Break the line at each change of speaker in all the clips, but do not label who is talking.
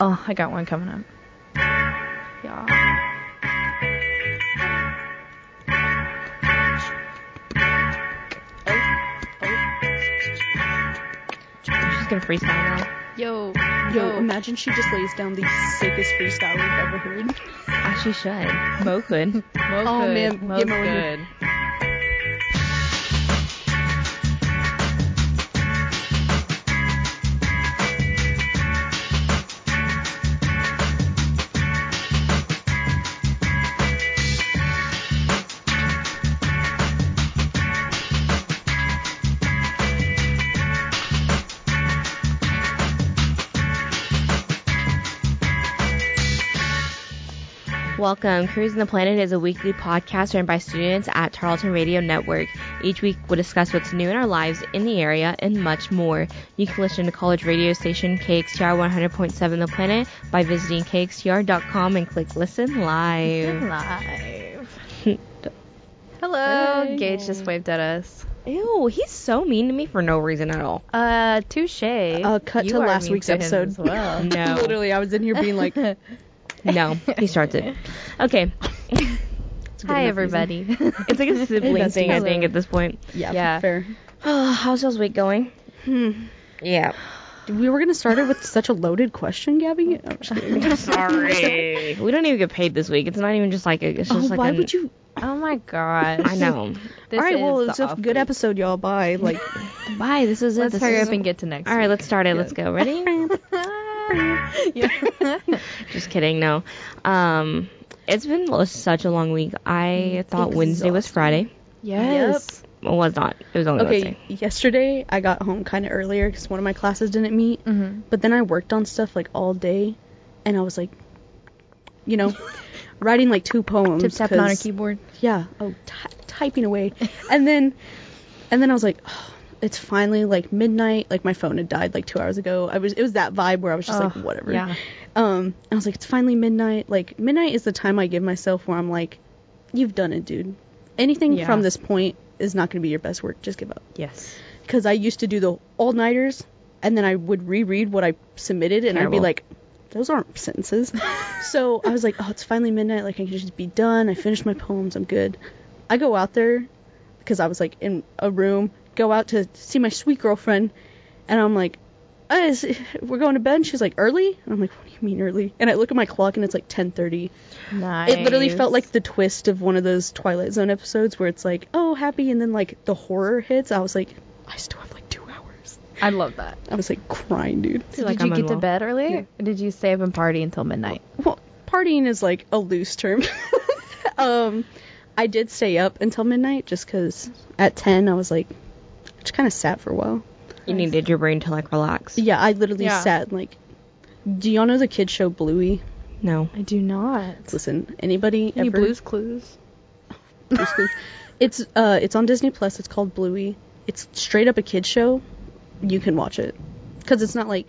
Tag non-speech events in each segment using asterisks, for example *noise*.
Oh, I got one coming up. Yeah.
Oh, oh,
She's gonna freestyle now.
yo,
Yo, imagine she just lays down the sickest freestyle we've ever heard.
Ah, she should. Mo could. Mo
Oh,
could.
man,
Mo
give me one here.
could. Welcome. Cruising the Planet is a weekly podcast run by students at Tarleton Radio Network. Each week, we'll discuss what's new in our lives, in the area, and much more. You can listen to college radio station KXTR 100.7 The Planet by visiting kxtr.com and click listen *laughs* live.
live. Hello,
Hey.
Gage just waved at us.
Ew, he's so mean to me for no reason at all.
Uh, touche.
Uh, cut
You
to
are
last
mean
week's
to him
episode.
as well. *laughs*
*laughs*
No.
Literally, I was in here being like, it's
No, he starts it. Okay.
a good
Hi,
enough reason.
everybody.
It's *laughs* like a sibling
bestie.
thing, I think, at this point. *sighs*
Yeah,
Yeah.
fair.
Oh, how's y'all's week going?
Hmm.
Yeah.
We were gonna start it with such a loaded question, Gabby. I'm just kidding. *laughs*
*laughs* *laughs* Sorry. we don't even get paid this week. It's not even just like a, it's just
oh,
like
why
an-
would you?
oh my gosh.
I know. *laughs*
This
All right,
is
well,
the
it's a
off week.
good episode, y'all. Bye. Like,
Bye. This is it.
Let's
This
hurry
is-
up and get to next.
All right, let's start it. Let's go. Ready? Just kidding. No. Um, it's been l- such a long week. I thought Wednesday was Friday.
Yes.
Well, it was not. It was only
okay,
Wednesday.
yesterday I got home kind of earlier because one of my classes didn't meet,
Mm-hmm.
but then I worked on stuff like all day, and I was like,
*laughs*
you know, writing like two poems.
Tip tapping on her
'cause-
keyboard.
Yeah. Oh, ty typing away, and then, and then I was like, oh, it's finally like midnight. Like my phone had died like two hours ago. I was it was that vibe where I was just
Ugh,
like whatever.
yeah.
Um, I was like, it's finally midnight. Like midnight is the time I give myself where I'm like, you've done it, dude. Anything
Yeah.
from this point is not going to be your best work. Just give up.
*laughs* Yes.
Because I used to do the all nighters, and then I would reread what I submitted, and I'd
Terrible.
be like, those aren't sentences. *laughs* so I was like, oh, it's finally midnight. Like I can just be done. I finished my poems. I'm good. I go out there because I was like in a room. Go out to see my sweet girlfriend, and I'm like, "Uh, is- we're going to bed. And she's like, early? And I'm like, what do you mean early? And I look at my clock, and it's like 10:30.
Nice.
It literally felt like the twist of one of those Twilight Zone episodes where it's like, oh, happy, and then like the horror hits. I was like, I still have like two hours.
I love that.
I was like crying, dude.
So
like
did you
I'm
get to
unwell.
bed early? Or did you stay up and party until midnight?
Well, partying is like a loose term. *laughs* um, I did stay up until midnight just 'cause at 10 I was like, just kind of sat for a while.
You needed your brain to like relax.
Yeah, I literally
Yeah.
sat and like, do y'all know the kid show Bluey?
No.
I do not.
Listen, anybody
Any
ever?
Blues Clues?
Blue's Clues. it's uh, it's on Disney Plus. It's called Bluey. It's straight up a kid show. You can watch it. 'Cause it's not like,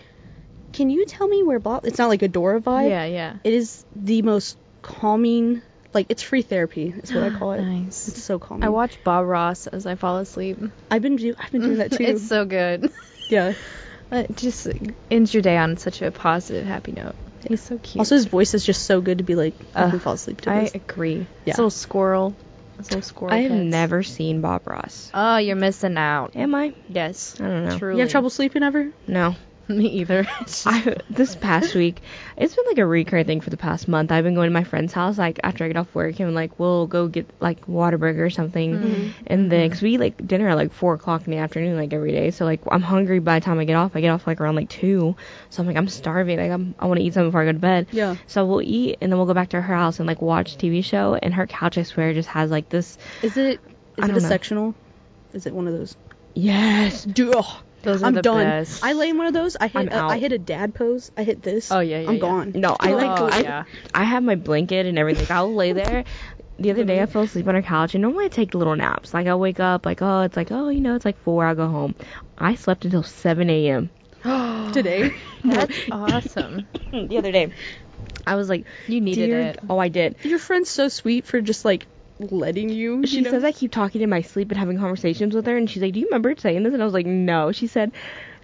can you tell me where Bob? It's not like a Dora vibe.
Yeah, yeah.
It is the most calming. Like it's free therapy.
*gasps*
Is what I call it.
Nice.
It's so calming.
I watch Bob Ross as I fall asleep.
I've been do- I've been doing that
*laughs*
too.
It's so good.
yeah.
*laughs* It just ends your day on such a positive, happy note. He's so cute.
Also, his voice is just so good to be like I
Ugh,
can fall asleep to
I
this.
agree.
Yeah.
This little squirrel. This little squirrel.
I have
pets.
never seen Bob Ross.
Oh, you're missing out.
Am I?
Yes.
I don't know.
Truly.
You have trouble sleeping ever?
No.
*laughs* Me either. It's just-
I, this past week, it's been like a recurring thing for the past month. I've been going to my friend's house like after I get off work and like we'll go get like Whataburger or something, and then because we eat, like dinner at like four o'clock in the afternoon like every day, so like I'm hungry by the time I get off. I get off like around like two, so I'm like I'm starving. Like I'm, I want to eat something before I go to bed.
Yeah.
So we'll eat and then we'll go back to her house and like watch TV show. And her couch, I swear, just has like this.
Is it is it
I
a
don't know.
sectional? Is it one of those?
Yes.
Do oh,
Those are
I'm
the
done.
best.
I lay in one of those. I
I'm
hit uh, I
out.
hit a dad pose. I hit this.
Oh, yeah, yeah,
I'm
yeah.
gone.
No,
*laughs*
I like
Oh,
I,
yeah.
I have my blanket and everything. I'll lay there. The other day I fell asleep on her couch and normally I take little naps. Like I'll wake up like oh it's like oh you know it's like four I'll go home. I slept until seven a.m.
*laughs* *gasps* Today. *laughs*
*laughs* That's awesome.
the other day. I was like
You needed
"Dear
it.
g- Oh I did.
Your friend's so sweet for just like letting you.
She
you know?
says I keep talking in my sleep and having conversations with her and she's like do you remember saying this and I was like no. She said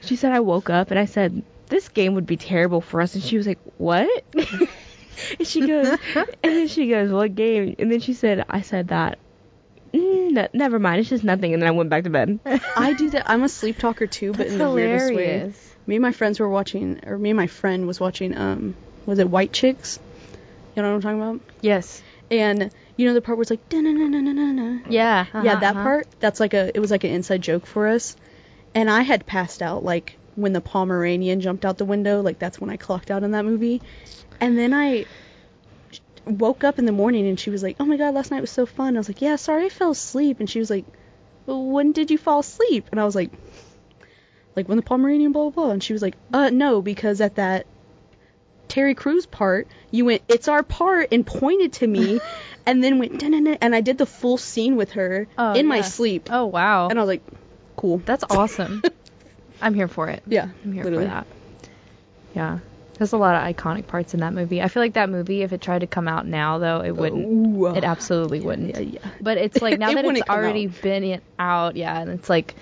she said I woke up and I said this game would be terrible for us. And she was like, what? *laughs* and she goes,
*laughs*
and then she goes, what game? And then she said, I said that. Mm, no, never mind. It's just nothing. And then I went back to bed.
*laughs* I do that. I'm a sleep talker too, but in the weirdest way.
hilarious.
Me and my friends were watching, or me and my friend was watching. Um, was it White Chicks? You know what I'm talking about?
Yes.
And you know the part where it's like na na na na na na.
Yeah.
yeah,
uh-huh,
that
uh-huh.
part. That's like a. It was like an inside joke for us, and I had passed out like when the Pomeranian jumped out the window. Like that's when I clocked out in that movie, and then I woke up in the morning and she was like, "Oh my god, last night was so fun." I was like, "Yeah, sorry, I fell asleep." And she was like, well, "When did you fall asleep?" And I was like, "Like when the Pomeranian blah blah." blah. And she was like, "Uh, no, because at that Terry Crews part, you went, it's our part, and pointed
*laughs*
to me, and then went, "Da-na-na," and I did the full scene with her
Oh,
in my
yeah.
sleep.
Oh wow.
And I was like, cool.
That's awesome. I'm here for it.
yeah,
I'm here
literally.
for that. Yeah. There's a lot of iconic parts in that movie. I feel like that movie, if it tried to come out now, though, it wouldn't.
Ooh, uh,
It absolutely wouldn't.
yeah, yeah.
But it's
*laughs*
like now
It
that it's
wouldn't come
already
out.
been it out, yeah, and it's like,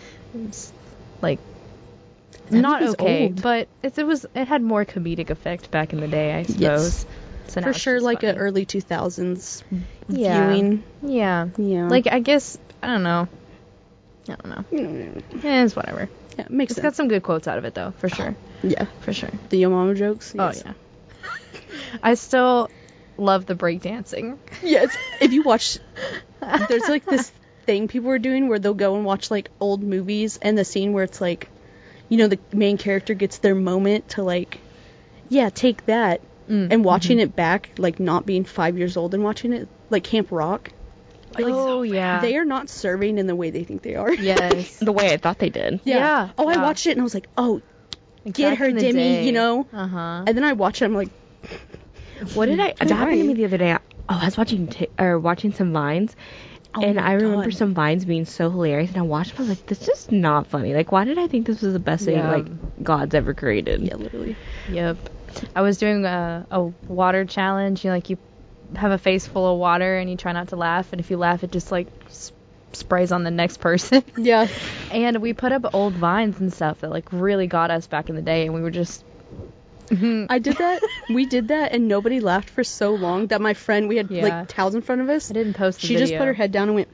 it's like,
That
not
movie's
okay.
old.
But it's, it was it had more comedic effect back in the day, I
Yes.
suppose. So now
for
it's
sure,
just
like a
funny.
early 2000s
yeah.
viewing.
Yeah.
Yeah.
Like I guess I don't know. I don't know. Eh, it's whatever.
Yeah, it makes
It's got
sense.
some good quotes out of it though, for
*laughs*
sure.
yeah,
For sure.
the yo mama jokes.
Oh
yes.
yeah. I still love the
*laughs*
breakdancing.
Yes. If you watch, there's like this thing people are doing where they'll go and watch like old movies and the scene where it's like, you know, the main character gets their moment to like, yeah, take that.
Mm.
and watching
Mm-hmm.
it back, like not being five years old and watching it, like Camp Rock,
Like, oh yeah.
they are not serving in the way they think they are.
yes.
the way I thought they did.
*laughs* Yeah.
Yeah,
Oh, I
yeah.
watched it and I was like, oh,
Like,
get
back
her,
in the
Demi,
day.
you know?
Uh-huh.
And then I watch it, I'm like,
What did I? That happened to
Right.
me the other day. Oh, I was watching t- or watching some vines,
Oh
and
my
I remember
God.
some vines being so hilarious. And I watched them. I was like, this is just not funny. Like, why did I think this was the best
Yeah.
thing like God's ever created?
yeah, literally.
Yep. I was doing a, a water challenge. You like you have a face full of water and you try not to laugh, and if you laugh, it just like sp- sprays on the next *laughs* person.
Yeah.
and we put up old vines and stuff that like really got us back in the day, and we were just
I did that. we did that, and nobody laughed for so long that my friend, we had
Yeah.
like towels in front of us.
I didn't post. The
She just
video.
put her head down and went,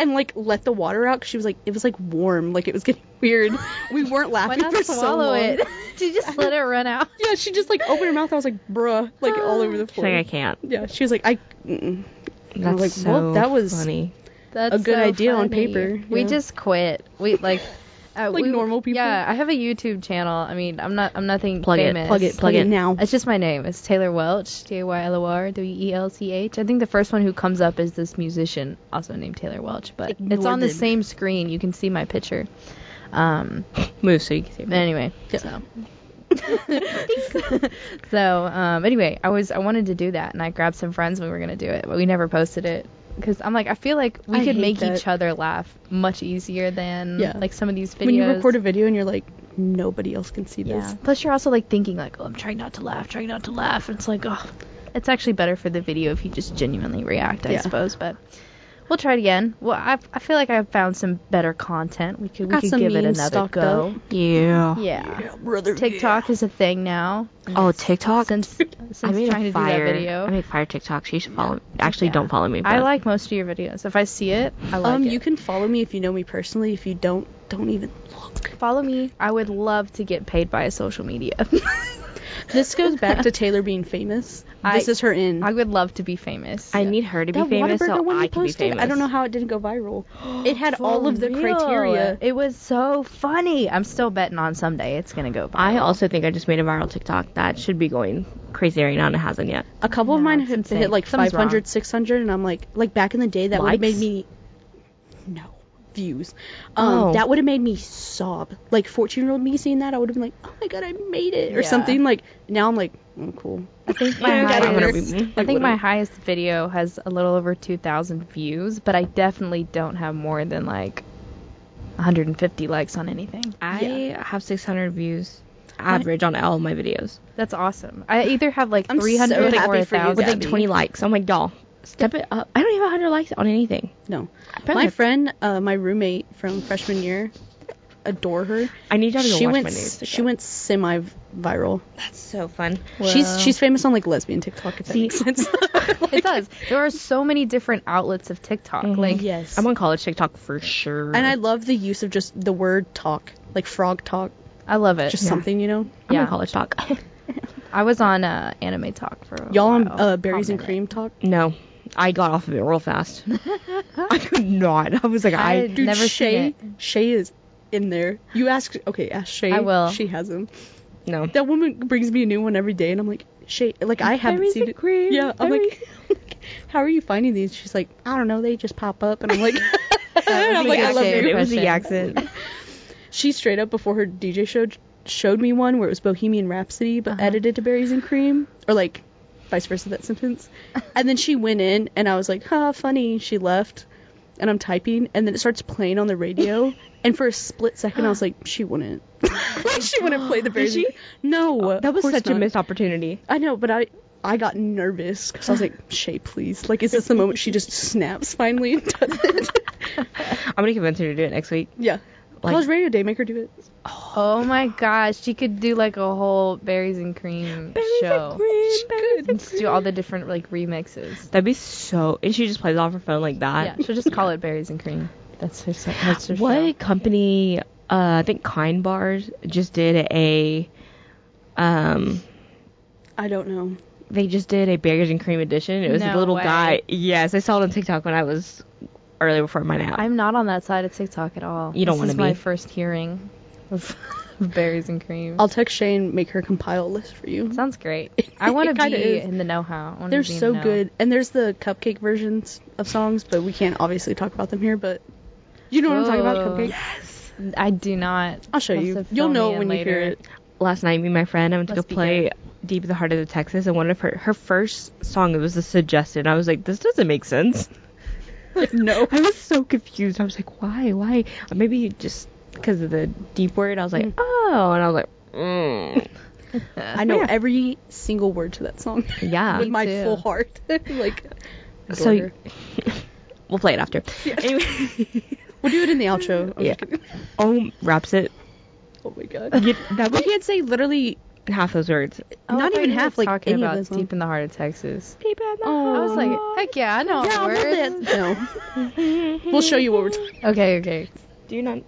and like let the water out. 'cause she was like, it was like warm, like it was getting *laughs* weird. We weren't
Why
laughing
not
*laughs* for so
swallow
long.
it? *laughs* she just let it run out.
Yeah, she just like opened her mouth. I was like, bruh, like all over the
She's
floor.
like, I can't.
Yeah, she was like, I. Mm-mm.
That's
I was like,
so
well, that was
funny.
That's
*laughs* a good
so
idea on
funny.
paper,
We
yeah.
just quit. We
*laughs*
like. uh,
Like
we-
normal people?
Yeah, I have a YouTube channel. I mean, I'm not. I'm nothing
Plug it,
famous.
plug it, plug
Like,
it.
now.
It's just my name. It's Taylor Welch, T A Y L O R W E L C H. I think the first one who comes up is this musician, also named Taylor Welch, but it's on the
Ignored.
same screen. You can see my picture. Um,
Move so you can see. me.
anyway, so. so um, anyway, I was I wanted to do that, and I grabbed some friends. and We were gonna do it, but we never posted it because I'm like I feel like we
I
could
hate
make
that.
each other laugh much easier than
Yeah.
like some of these videos.
When you record a video and you're like, nobody else can see
Yeah.
this.
Plus, you're also like thinking like, oh, I'm trying not to laugh, trying not to laugh. It's like, oh, it's actually better for the video if you just genuinely react, I
Yeah.
suppose. But we'll try it again. Well, I, I feel like I found some better content. We could we
Got
could
some
give it
memes
another
stocked
go. Oh,
Yeah.
Yeah.
brother.
TikTok is a thing now.
Oh, TikTok.
Since since
I made
trying
a
to
fire.
do that video,
I made fire TikToks. You should follow. Actually,
Yeah.
don't follow me. But
I like most of your videos. If I see it, I like
um,
it.
you can follow me if you know me personally. If you don't, don't even look.
follow me. I would love to get paid by social media.
*laughs*
*laughs*
This goes back to Taylor being famous.
I-
this is her in.
I would love to be famous.
I need her to be
that
famous
Whataburger
so
one
I
you
can be
posted,
famous.
I don't know how it didn't go *gasps* viral. It had
For
all of the
real.
criteria.
It was so funny. I'm still betting on someday it's gonna go viral.
I also think I just made a viral TikTok that should be going crazy right now and it hasn't yet.
A couple of
No,
mine
it's
hit,
insane.
hit like
Something's
500,
wrong.
600, and I'm like, like back in the day, that would have made
Likes?
me no views. Um,
Oh.
that would have made me sob. Like 14 year old me seeing that, I would have been like, oh my god, I made it or
Yeah.
something. Like now I'm like, oh cool.
I think
Yeah,
*laughs* my
I don't wanna
highest,
be-
I
like,
think my
whatever.
highest video has a little over 2,000 views, but I definitely don't have more than like 150 likes on anything.
I
Yeah.
have 600 views average on all my videos
That's awesome. I either have like
I'm so
300
happy
or
for you,
1,000. *laughs*
with like
Gabby.
20 likes. I'm like, y'all, step it up. I don't even have 100 likes on anything.
No,
Apparently-
my friend, uh, my roommate from freshman year, adore her.
I need y'all to go
She
watch
went
my news.
she went semi viral.
That's so fun.
She's she's famous on like lesbian TikTok. If that
See-
makes
*laughs*
sense.
it does. There are so many different outlets of TikTok. Like
yes.
I'm on college TikTok for sure.
and I love the use of just the word talk, like frog talk,
I love it.
just something you know.
I'm
yeah.
on college *laughs* talk.
I was on uh, anime talk for
Oh,
a
Y'all on
while.
uh, berries and
Hot
cream talk.
no, I got off of it real *laughs* fast. I could not. I was like, I.
I- Never seen
Shay
it.
Shay is in there. You ask okay, ask Shay.
I will.
She has him.
no.
That woman brings me a new one every day, and I'm like Shay. Like I haven't
Berries
seen
and
it.
cream,
Yeah, *laughs* I'm
berries.
like, how are you finding these? She's like, I don't know. They just pop up, and I'm *laughs* like,
*laughs*
was
I'm
the
like I love
accent.
it.
It was the
impression.
accent.
She straight up before her DJ show showed me one where it was Bohemian Rhapsody but edited to Berries and Cream or like vice versa that *laughs* sentence. and then she went in and I was like, "Ha, funny." She left and I'm typing and then it starts playing on the *laughs* radio and for a split second I was like, "She wouldn't." *laughs* like she Oh, wouldn't play the Berries. and
she?
Cream. No.
*laughs* That
of
was
course
such a
not.
missed opportunity.
I know, but I I got nervous because I was like, "Shay, please." Like is this the moment she just snaps finally and does it? *laughs*
I'm gonna convince her to do it next week.
yeah.
Like-
College Radio Day, make her do it.
Oh my gosh, she could do like a whole berries and cream show. And just do all the different like remixes.
That'd be so. And she just plays off her phone like
Yeah,
that.
she'll just call it berries and cream. That's her. se- That's her
what
show.
company? Uh, I think Kind Bars just did a. Um,
I don't know.
they just did a berries and cream edition. It was
No
a little
way.
guy. Yes, I saw it on TikTok when I was early before my nap.
I'm not on that side of TikTok at all.
You don't
This
wanna
is my
be.
first hearing of *laughs* berries and cream.
I'll text Shay and make her compile a list for you.
Sounds great. I want
*laughs* It
to be
kinda is.
in the know-how. I wanna
They're
be in
so
the know.
good. And there's the cupcake versions of songs, but we can't obviously talk about them here, but you know what I'm talking about,
Whoa.
cupcake?
I do not.
I'll show
You'll
you.
have to
You'll
fill
know
me
it
in
when you
later.
hear it.
last night, me and my friend, I went to go
Must be
play
good.
Deep in the Heart of the Texas, and one of her her first song was the suggested. I was like, this doesn't make sense. *laughs*
*laughs* no.
I was so confused. I was like, why, why? Maybe just because of the deep word. I was like,
Mm.
oh, and I was like,
*laughs*
mm.
I know
Yeah.
every single word to that song. *laughs*
Yeah.
With
Me
my
too.
full heart. *laughs* like,
so
so,
*laughs* we'll play it after. Anyway,
we'll do it in the outro. I'm
yeah.
just kidding. *laughs*
Oh, wraps it.
Oh my god.
*laughs* You- that
We
was
can't say literally
*laughs* half those words.
Oh, I
Not
thought
even
you were
half, like,
talking
any of
about
those
deep
songs.
in the heart of Texas.
Oh.
I was like, heck yeah, I know all the words.
*laughs* No.
*laughs*
we'll show you what we're talking
Okay, okay.
Do you not?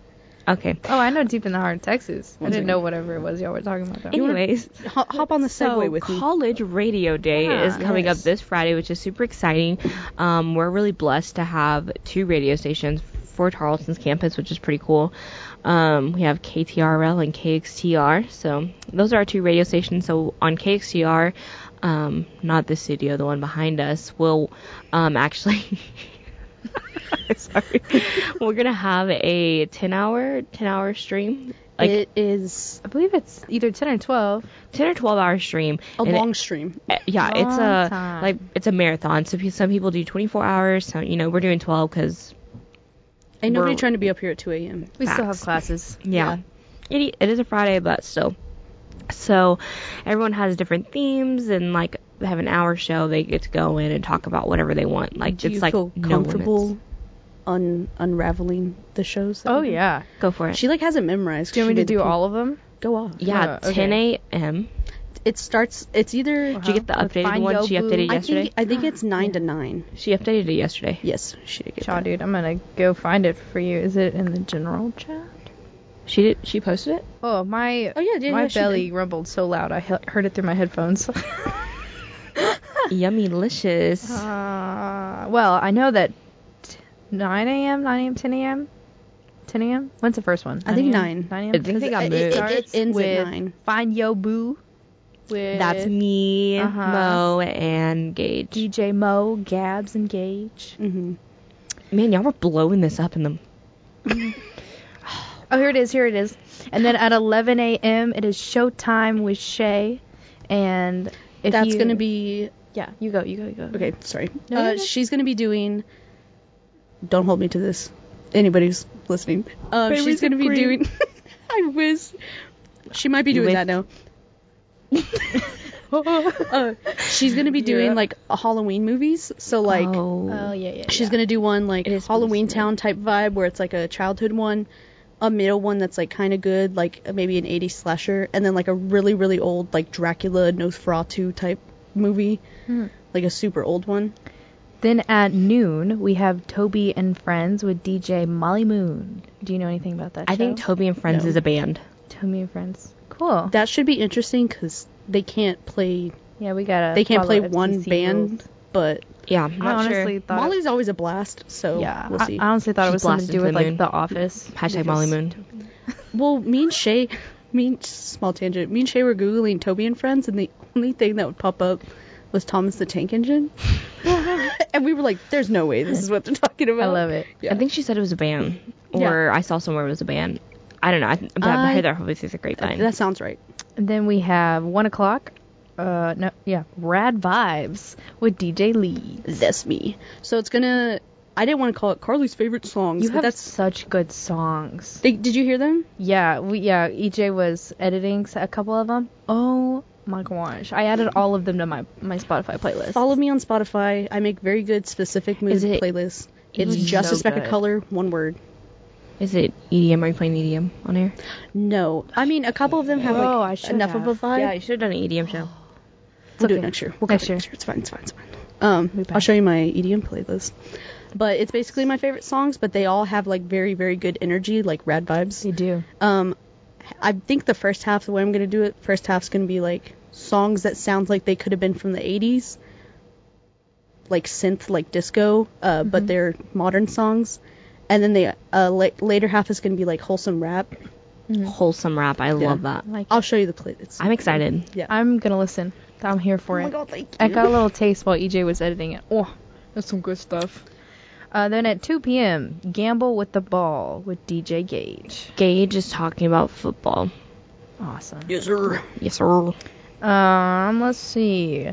Okay.
Oh, I know deep in the heart of Texas. I
One
didn't
second.
know whatever it was y'all were talking about. Though.
wanna
Anyways.
Hop, hop on the segue
so
with me.
college radio day
Yeah.
is coming
Yes.
up this friday which is super exciting um, we're really blessed to have two radio stations for tarleton's campus which is pretty cool um, we have ktrl and kxtr so those are our two radio stations so on kxtr um, not this studio the one behind us will um, actually *laughs* sorry we're gonna have a 10 hour 10 hour stream like
it is
I believe it's either 10 or 12.
10 or 12 hour stream
a
and it-
long stream.
uh, yeah, it's
Long
a
time.
like it's a marathon. So pe- some people do 24 hours. So you know we're doing 12 because
Ain't nobody
we're-
trying to be up here at 2 a.m.
We still have
Facts.
classes.
yeah, It, e, it is a Friday, but still. So everyone has different themes and like they have an hour show. They get to go in and talk about whatever they want. Like
Do
it's
you
like
feel
no
comfortable
limits.
un- unraveling the shows?
*laughs*
that
Oh,
we do?
yeah.
Go for it.
She like has it memorized.
Do you want me
She
to
made the
do
pool.
all of them?
Go off.
yeah,
Yeah, okay.
10 a.m.
It starts. It's either.
Did you get the
Wow.
updated
Find
one? She
Yobu.
updated
I
I
yesterday.
think I think it's nine to nine.
she updated it yesterday.
Yes, she did get
Shaw,
that.
dude, I'm going to go find it for you. Is it in the general chat?
She did. She posted it.
Oh, my
Oh, yeah, yeah,
my
yeah, she
belly rumbled so loud I he- heard it through my headphones. *laughs*
Yummy licious.
Uh, well, I know that t- 9 a.m., 9 a.m., 10 a.m., 10 a.m. When's the first one?
I think
9
9.
9 a.m.
I think they got
it,
moved.
it, starts
It ends at
with
9.
Find Yo Boo. With
That's me,
Uh-huh.
Mo, and Gage.
DJ Mo, Gabs, and Gage.
Mm-hmm.
Man, y'all were blowing this up in the.
Oh, here it is. Here it is. And then at 11 a.m., it is Showtime with Shay. And if
That's
you-
gonna be
Yeah, you go, you go, you go. *laughs*
okay. Sorry.
No,
uh,
no, no.
She's gonna be doing. Don't hold me to this. Anybody who's listening, um,
Babies
she's gonna
and
be
cream.
doing. *laughs* I wish. She might be doing
With-
that now.
Oh,
uh, she's gonna be doing
Yeah.
like Halloween movies. So like.
oh.
Oh, yeah, yeah.
She's
yeah.
gonna do one like
It is
Halloween
pretty
Town type vibe where it's like a childhood one. a middle one that's like kind of good, like maybe an 80s slasher, and then like a really really old like Dracula Nosferatu type movie, like a super old one.
Hmm. Then at noon, we have Toby and Friends with DJ Molly Moon. Do you know anything about that
I think
show?
Toby and Friends
No.
is a band.
Toby and Friends. Cool.
That should be interesting because they can't play
yeah, we gotta.
they can't
follow
play
FCC
one
rules.
band, but
Yeah, I'm
I
not
honestly
sure.
thought.
Molly's always a blast, so
yeah,
we'll
I-
see.
I, honestly thought
She
it was something to
blasted
do
to
with
the
like
moon.
The Office.
Hashtag Molly Moon.
Well, me and Shay, me and, small tangent, me and Shay were Googling Toby and Friends, and the only thing that would pop up was Thomas the Tank *laughs* Engine. and we were like, there's no way this is what they're talking about.
I love it.
Yeah.
I think she said it was a band, or I saw somewhere it was a band. I don't know. I, th- but I
I-
Uh,
heard that probably is a great thing.
That sounds right.
And then we have one o'clock. Uh, no, yeah, Rad Vibes with DJ Lee.
That's me. So it's gonna, I didn't want to call it Carly's favorite songs,
You
but
have
that's,
such good songs.
they, did you hear them?
Yeah, we yeah. EJ was editing s- a couple of them. Oh my gosh, I added all of them to my my Spotify playlist.
Follow me on Spotify. I make very good specific mood
Is it-
playlists. It's
Ooh,
just
so
a speck
good.
of color, one word.
Is it EDM? Are you playing EDM on air?
No, I mean a couple of them have
Oh, I
like
should
enough of a
have.
vibe.
Yeah, you should have done an EDM show.
We'll do it
okay.
next year. We'll
Next
cover it
year.
It's fine. It's fine. It's fine. Um,
back.
I'll show you my EDM playlist. But it's basically my favorite songs, but they all have like very, very good energy, like rad
You
vibes.
do.
Um, I think the first half, the way I'm gonna do it, first half's gonna be like songs that sound like they could have been from the 80s, like synth, like disco, uh,
Mm-hmm.
but they're modern sonons. And then the uh, la- later half is gonna be like wholesome rap.
Mm.
Wholesome rap. I love that.
I Mm-hmm. like
oh, I'll show you the playlist.
I'm excited.
yeah.
I'm gonna listen. I'm here for
oh
it.
my god, thank you.
I got a little taste while EJ was editing it. Oh, that's some good stuff. Uh, then at 2 p.m., Gamble with the Ball with DJ Gage.
Gage is talking about football.
Awesome.
Yes, sir.
Yes, sir.
Um, let's see.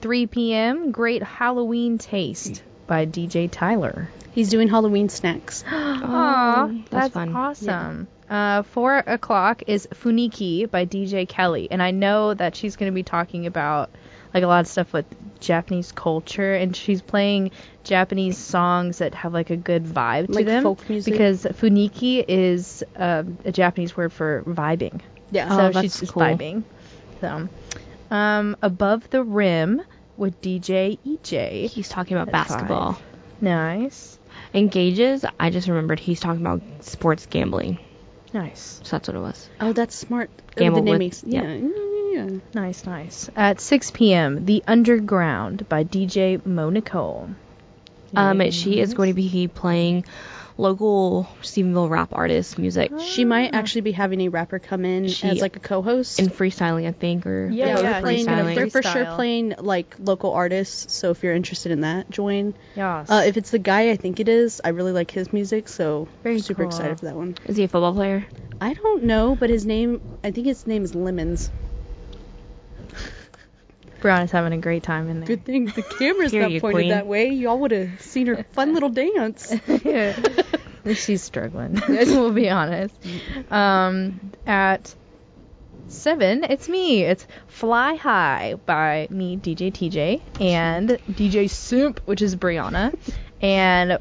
3 p.m., Great Halloween Taste by DJ Tyler.
He's doing Halloween snacks. *gasps*
Aw,
that's
Oh, that's,
fun.
awesome. Uh, four o'clock is Funiki by DJ Kelly, and I know that she's going to be talking about like a lot of stuff with Japanese culture, and she's playing Japanese songs that have like a good vibe to
Like
them.
folk music?
Because Funiki is um, a Japanese word for vibing,
Yeah.
Oh,
so
that's
she's just
cool.
vibing. So, um, above the rim with E DJ EJ.
He's talking about
That's
basketball.
Nice,
And Gage's, I just remembered he's talking about sports gambling.
nice.
So that's what it was.
Oh, that's smart. Oh,
Gamble
the name
with-
makes- yeah. yeah, yeah.
Nice, nice. At 6 p.m., The Underground by DJ Mo Nicole.
Um, she is going to be playing local Stephenville rap artist music
She might
Ah.
actually be having a rapper come in
She-
as like a co-host.
and freestyling, I think, or
Yeah,
or
yeah,
they're, playing,
gonna
freestyling.
they're for sure
freestyle.
playing like local artists. So if you're interested in that, join.
Yes.
Uh, if it's the guy, I think it is. I really like his music, so
Very
super
cool.
excited for that one.
Is he a football player?
I don't know, but his name, I think his name is Lemons.
Brianna's having a great time in there.
Good thing
*laughs*
the camera's
Here
not
you,
pointed
queen.
that way. Y'all would have seen her fun little dance.
*laughs* She's
*laughs*
struggling. *laughs* we'll be honest. Um, at 7, it's me. It's Fly High by me, DJ TJ, and DJ Simp, which is Brianna. And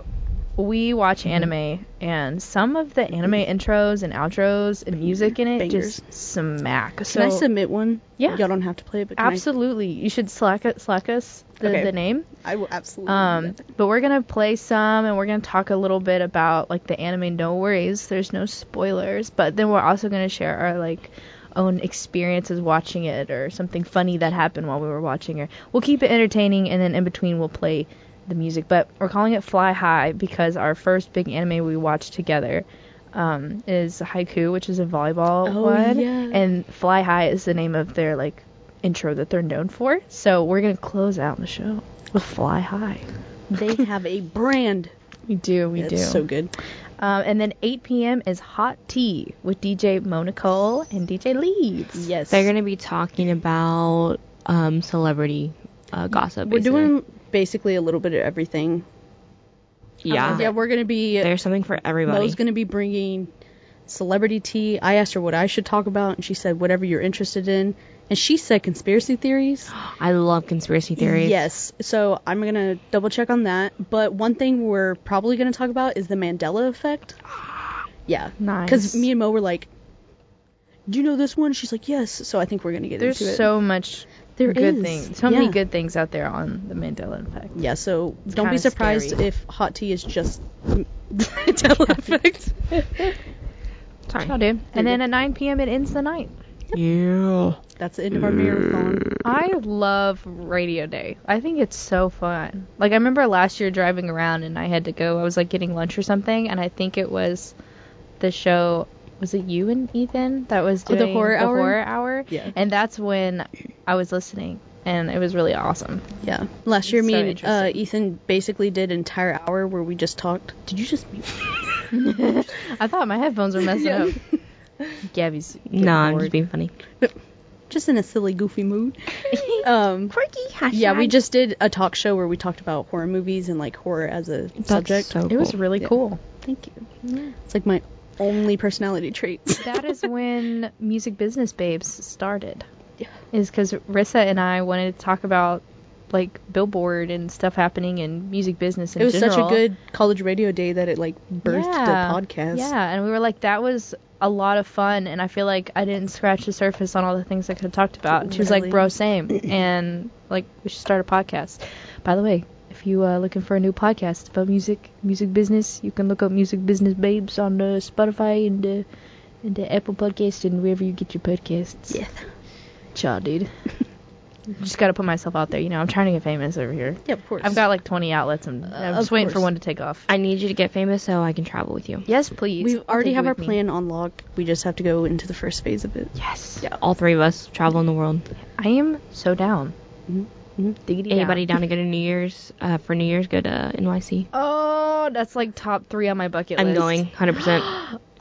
we watch
Mm-hmm.
anime, and some of the anime intros and outros and music in it
Bangers.
just smack. So
Can I submit one?
Yeah.
Y'all don't have to play it, but can I-
Absolutely. You should slack it, slack us the,
Okay.
the name.
I, will absolutely. do
Um,
that.
but we're gonna play some, and we're gonna talk a little bit about like the anime. No worries, there's no spoilers. But then we're also gonna share our like own experiences watching it, or something funny that happened while we were watching it. We'll keep it entertaining, and then in between we'll play the music. But we're calling it Fly High because our first big anime we watched together. Um, is haiku, which is a volleyball
Oh,
one,
yeah.
and fly high is the name of their like intro that they're known for. So we're gonna close out the show with fly high.
they have a brand.
We do, we
It's
do.
so good.
Um, and then 8 p.m. is Hot Tea with DJ Monicole and DJ Leeds.
Yes.
They're going to be talking about um, celebrity uh, gossip.
We're
basically.
doing basically a little bit of everything. Um,
yeah.
Yeah, we're gonna be.
There's something for everybody.
Mo's gonna be bringing celebrity tea. I asked her what I should talk about, and she said whatever you're interested in. And she said conspiracy theories.
I love conspiracy theories.
Yes. So I'm gonna double check on that. But one thing we're probably gonna talk about is the Mandela effect. Yeah.
Nice.
Because me and Mo were like, do you know this one? She's like, yes. So I think we're going to get
There's
into it.
so much
There
good
is.
things. So
Yeah.
many good things out there on the Mandela effect.
Yeah, so don't be
kinda
surprised
scary.
if hot tea is just *laughs* Mandela effect.
Sorry.
Oh, dude.
There you
And then
go.
at 9 p.m. it ends the night.
Yeah.
That's the end of our
Mm.
marathon.
I love radio day. I think it's so fun. Like I remember last year driving around and I had to go. I was like getting lunch or something, and I think it was the show. Was it you and Ethan that was
Oh, the
doing
horror hour?
horror hour?
Yeah.
And that's when I was listening, and it was really
*laughs*
awesome.
Yeah. Last year,
It's
me
so
and uh,
interesting.
Ethan basically did an entire hour where we just talked. Did you just mute?
I thought my headphones were messing
Yeah.
up. Gabby's getting
Nah, I'm
bored.
just being funny.
*laughs* just in a silly, goofy mood.
*laughs*
Um,
Quirky.
yeah, we just did a talk show where we talked about horror movies and like horror as a
That's
subject.
so
It was
cool.
really
Yeah.
cool.
Thank you. It's like my only personality trait.
that
*laughs*
is when Music Business Babes started.
Yeah.
Is because Rissa and I wanted to talk about like Billboard and stuff happening in music business in
it was such
general.
a good college radio day that it like birthed
yeah.
the podcast.
Yeah, and we were like, that was a lot of fun, and I feel like I didn't scratch the surface on all the things I could have talked about. And she was like,
Literally.
bro, same, and like we should start a podcast. By the way. If you are looking for a new podcast about music, music business, you can look up Music Business Babes on uh, Spotify and uh, and the Apple Podcast and wherever you get your podcasts.
Yeah.
Chaw, dude. *laughs* just gotta put myself out there. You know, I'm trying to get famous over here.
Yeah, of course.
I've got like 20 outlets. and I'm
Uh,
just
of
waiting for
course.
one to take off.
I need you to get famous so I can travel with you.
yes, please.
We already
Take
have
it
our
with me.
plan on lock. We just have to go into the first phase of it.
Yes.
Yeah.
All three of us travel in the world.
I am so down.
Mm-hmm.
Diggity
Anybody
down.
down to go to New Year's uh, for New Year's, go to NYC.
Oh, that's like top three on my bucket
I'm
list.
going,
*gasps*
100. percent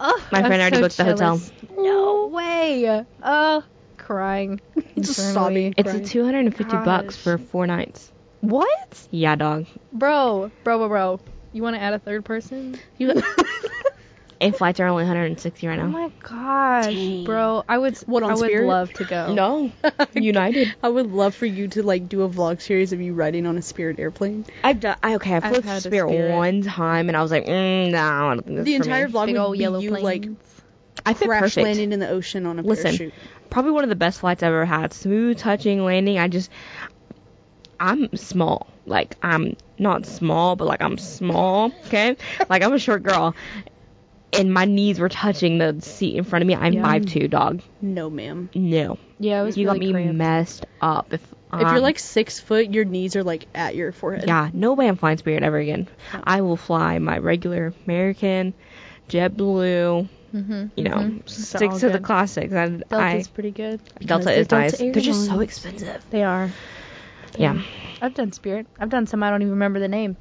Oh,
My
I'm
friend already
so
booked the hotel.
jealous. No way. Oh, crying.
Just
internally.
sobbing.
It's
Right.
250 bucks
Gosh.
for four nights.
What,
Yeah, dog.
bro, bro, bro, bro? You want to add a third person?
You
And flights are only 160 right
Oh
now.
my gosh, bro! I would,
What, on
I would
Spirit?
love to go.
*laughs*
*laughs*
No, United.
*laughs* I would love for you to like do a vlog series of you riding on a Spirit airplane.
I've done. I, okay, I flew
had a
with Spirit,
Spirit.
one time, and I was like, mm, no, I don't think this
The
is for me.
entire vlog
Big
would
old
be
yellow
you
planes.
like
I fit
crash
perfect.
landing in the ocean on a
Listen,
parachute.
probably one of the best flights I've ever had. Smooth touching landing. I just, I'm small. Like I'm not small, but like I'm small. Okay, like I'm a short girl, and my knees were touching the seat in front of me. I'm
Yeah.
five two, dog.
No, ma'am.
No,
Yeah, it was
you
really
got me
cramped.
messed up. If
if
I'm-
you're like six foot, your knees are like at your forehead.
Um, yeah, no way I'm flying Spirit ever again. I will fly my regular American, JetBlue.
Mm-hmm.
You know,
They're
stick
all
to the
good.
classics. I,
Delta's
I,
pretty good.
Delta is
Delta
nice. They're just so
Airlines.
expensive.
They are.
Yeah.
I've done Spirit. I've done some I don't even remember the name.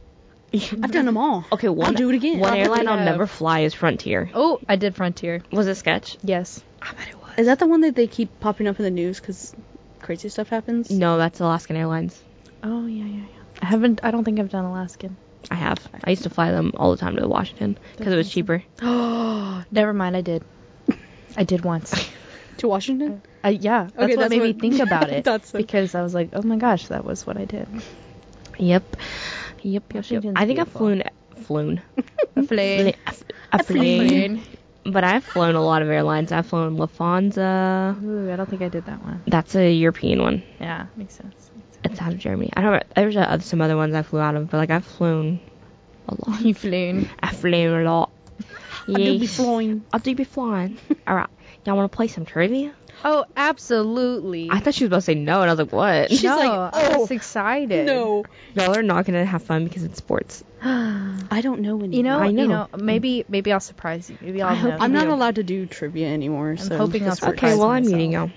I've done them all.
Okay, one
I'll do it again.
One
Probably
airline I'll
have.
never fly is Frontier.
Oh, I did Frontier.
Was it sketch?
Yes.
I bet it was.
Is that the one that they keep popping up in the news because crazy stuff happens?
No, that's Alaskan Airlines.
Oh yeah yeah yeah. I haven't. I don't think I've done *gasps* Alaskan.
I have. I used to fly them all the time to Washington because it was cheaper.
Oh, never mind. I *laughs* did. I did once.
To Washington?
I, yeah, that's
Okay,
what
that's
made me
what-
think *laughs* about it
That's so-
because I was like, oh my gosh, that was what I did.
Yep. Yep. Yep. yep.
Washington's
I think I've
beautiful.
flown, flown,
*laughs*
*laughs*
A plane.
I've flown, but I've flown a lot of airlines. I've flown Lufthansa.
Ooh, I don't think I did that one.
That's a European one.
Yeah, makes sense. Makes sense.
It's out of Germany. I don't. Remember. There's uh, some other ones I flew out of, but like I've flown a
*laughs*
lot.
You flown.
I've flown a lot.
I do be
Yes.
flying.
I do be flying. All right. Y'all want to play some trivia?
Oh, absolutely.
I thought she was about to say no, and I was like, what?
She's
no,
like,
I
"Oh,
was excited.
No.
*laughs* Y'all are not gonna have fun because it's sports.
*gasps*
I don't know any.
You know,
I
you
know.
know, maybe maybe I'll surprise you. Maybe I'll
I hope
know.
you
I'm not
do.
allowed to do trivia anymore. I'm so
hoping I'll
this
surprise
works.
Okay, well I'm
myself.
muting y'all.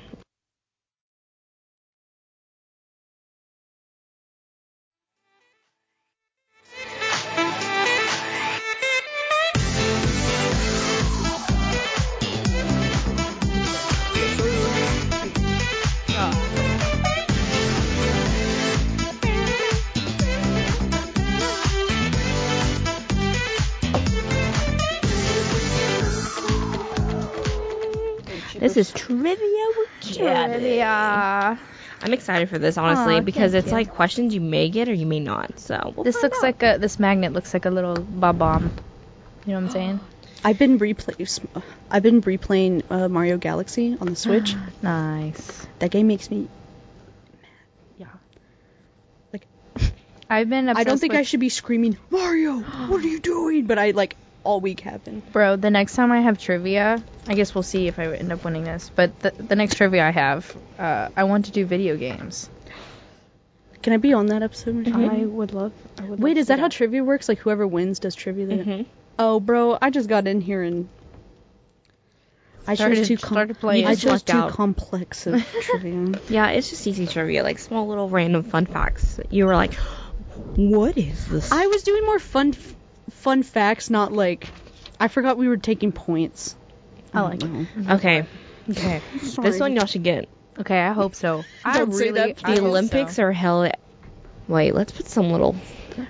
This is trivia with Gabby.
Yeah.
I'm excited for this honestly
Aw,
because
thank
it's
you.
like questions you may get or you may not. So we'll
This
find
looks
out.
like a this magnet looks like a little bob bomb. You know what I'm saying?
I've been replaying. I've been replaying uh, Mario Galaxy on the Switch.
*gasps* Nice.
that game makes me.
Yeah.
Like-
I've been. Obsessed
I don't think
with-
I should be screaming Mario. What are you doing? But I like all week have been.
Bro, the next time I have trivia, I guess we'll see if I end up winning this. But the, the next trivia I have, uh, I want to do video games.
Can I be on that episode?
I would love. I would
Wait,
love
is
to
that
do
how trivia works? Like whoever wins does trivia. there?
Mhm.
Oh, bro, I just got in here and I
Started-
chose too com-
started playing.
I
You just
chose
lucked
too
out.
*laughs*
complex of trivia.
Yeah, it's just easy trivia, like small little random fun facts. You were like, what is this?
I was doing more fun, f- fun facts, not like I forgot we were taking points.
I
Oh,
like it. *laughs*
know.
okay. Okay. This one y'all should get.
Okay, I hope *laughs* so. I
Don't say
really.
that.
I
The
hope *gasps*
Olympics
so.
are held. Wait, let's put some little.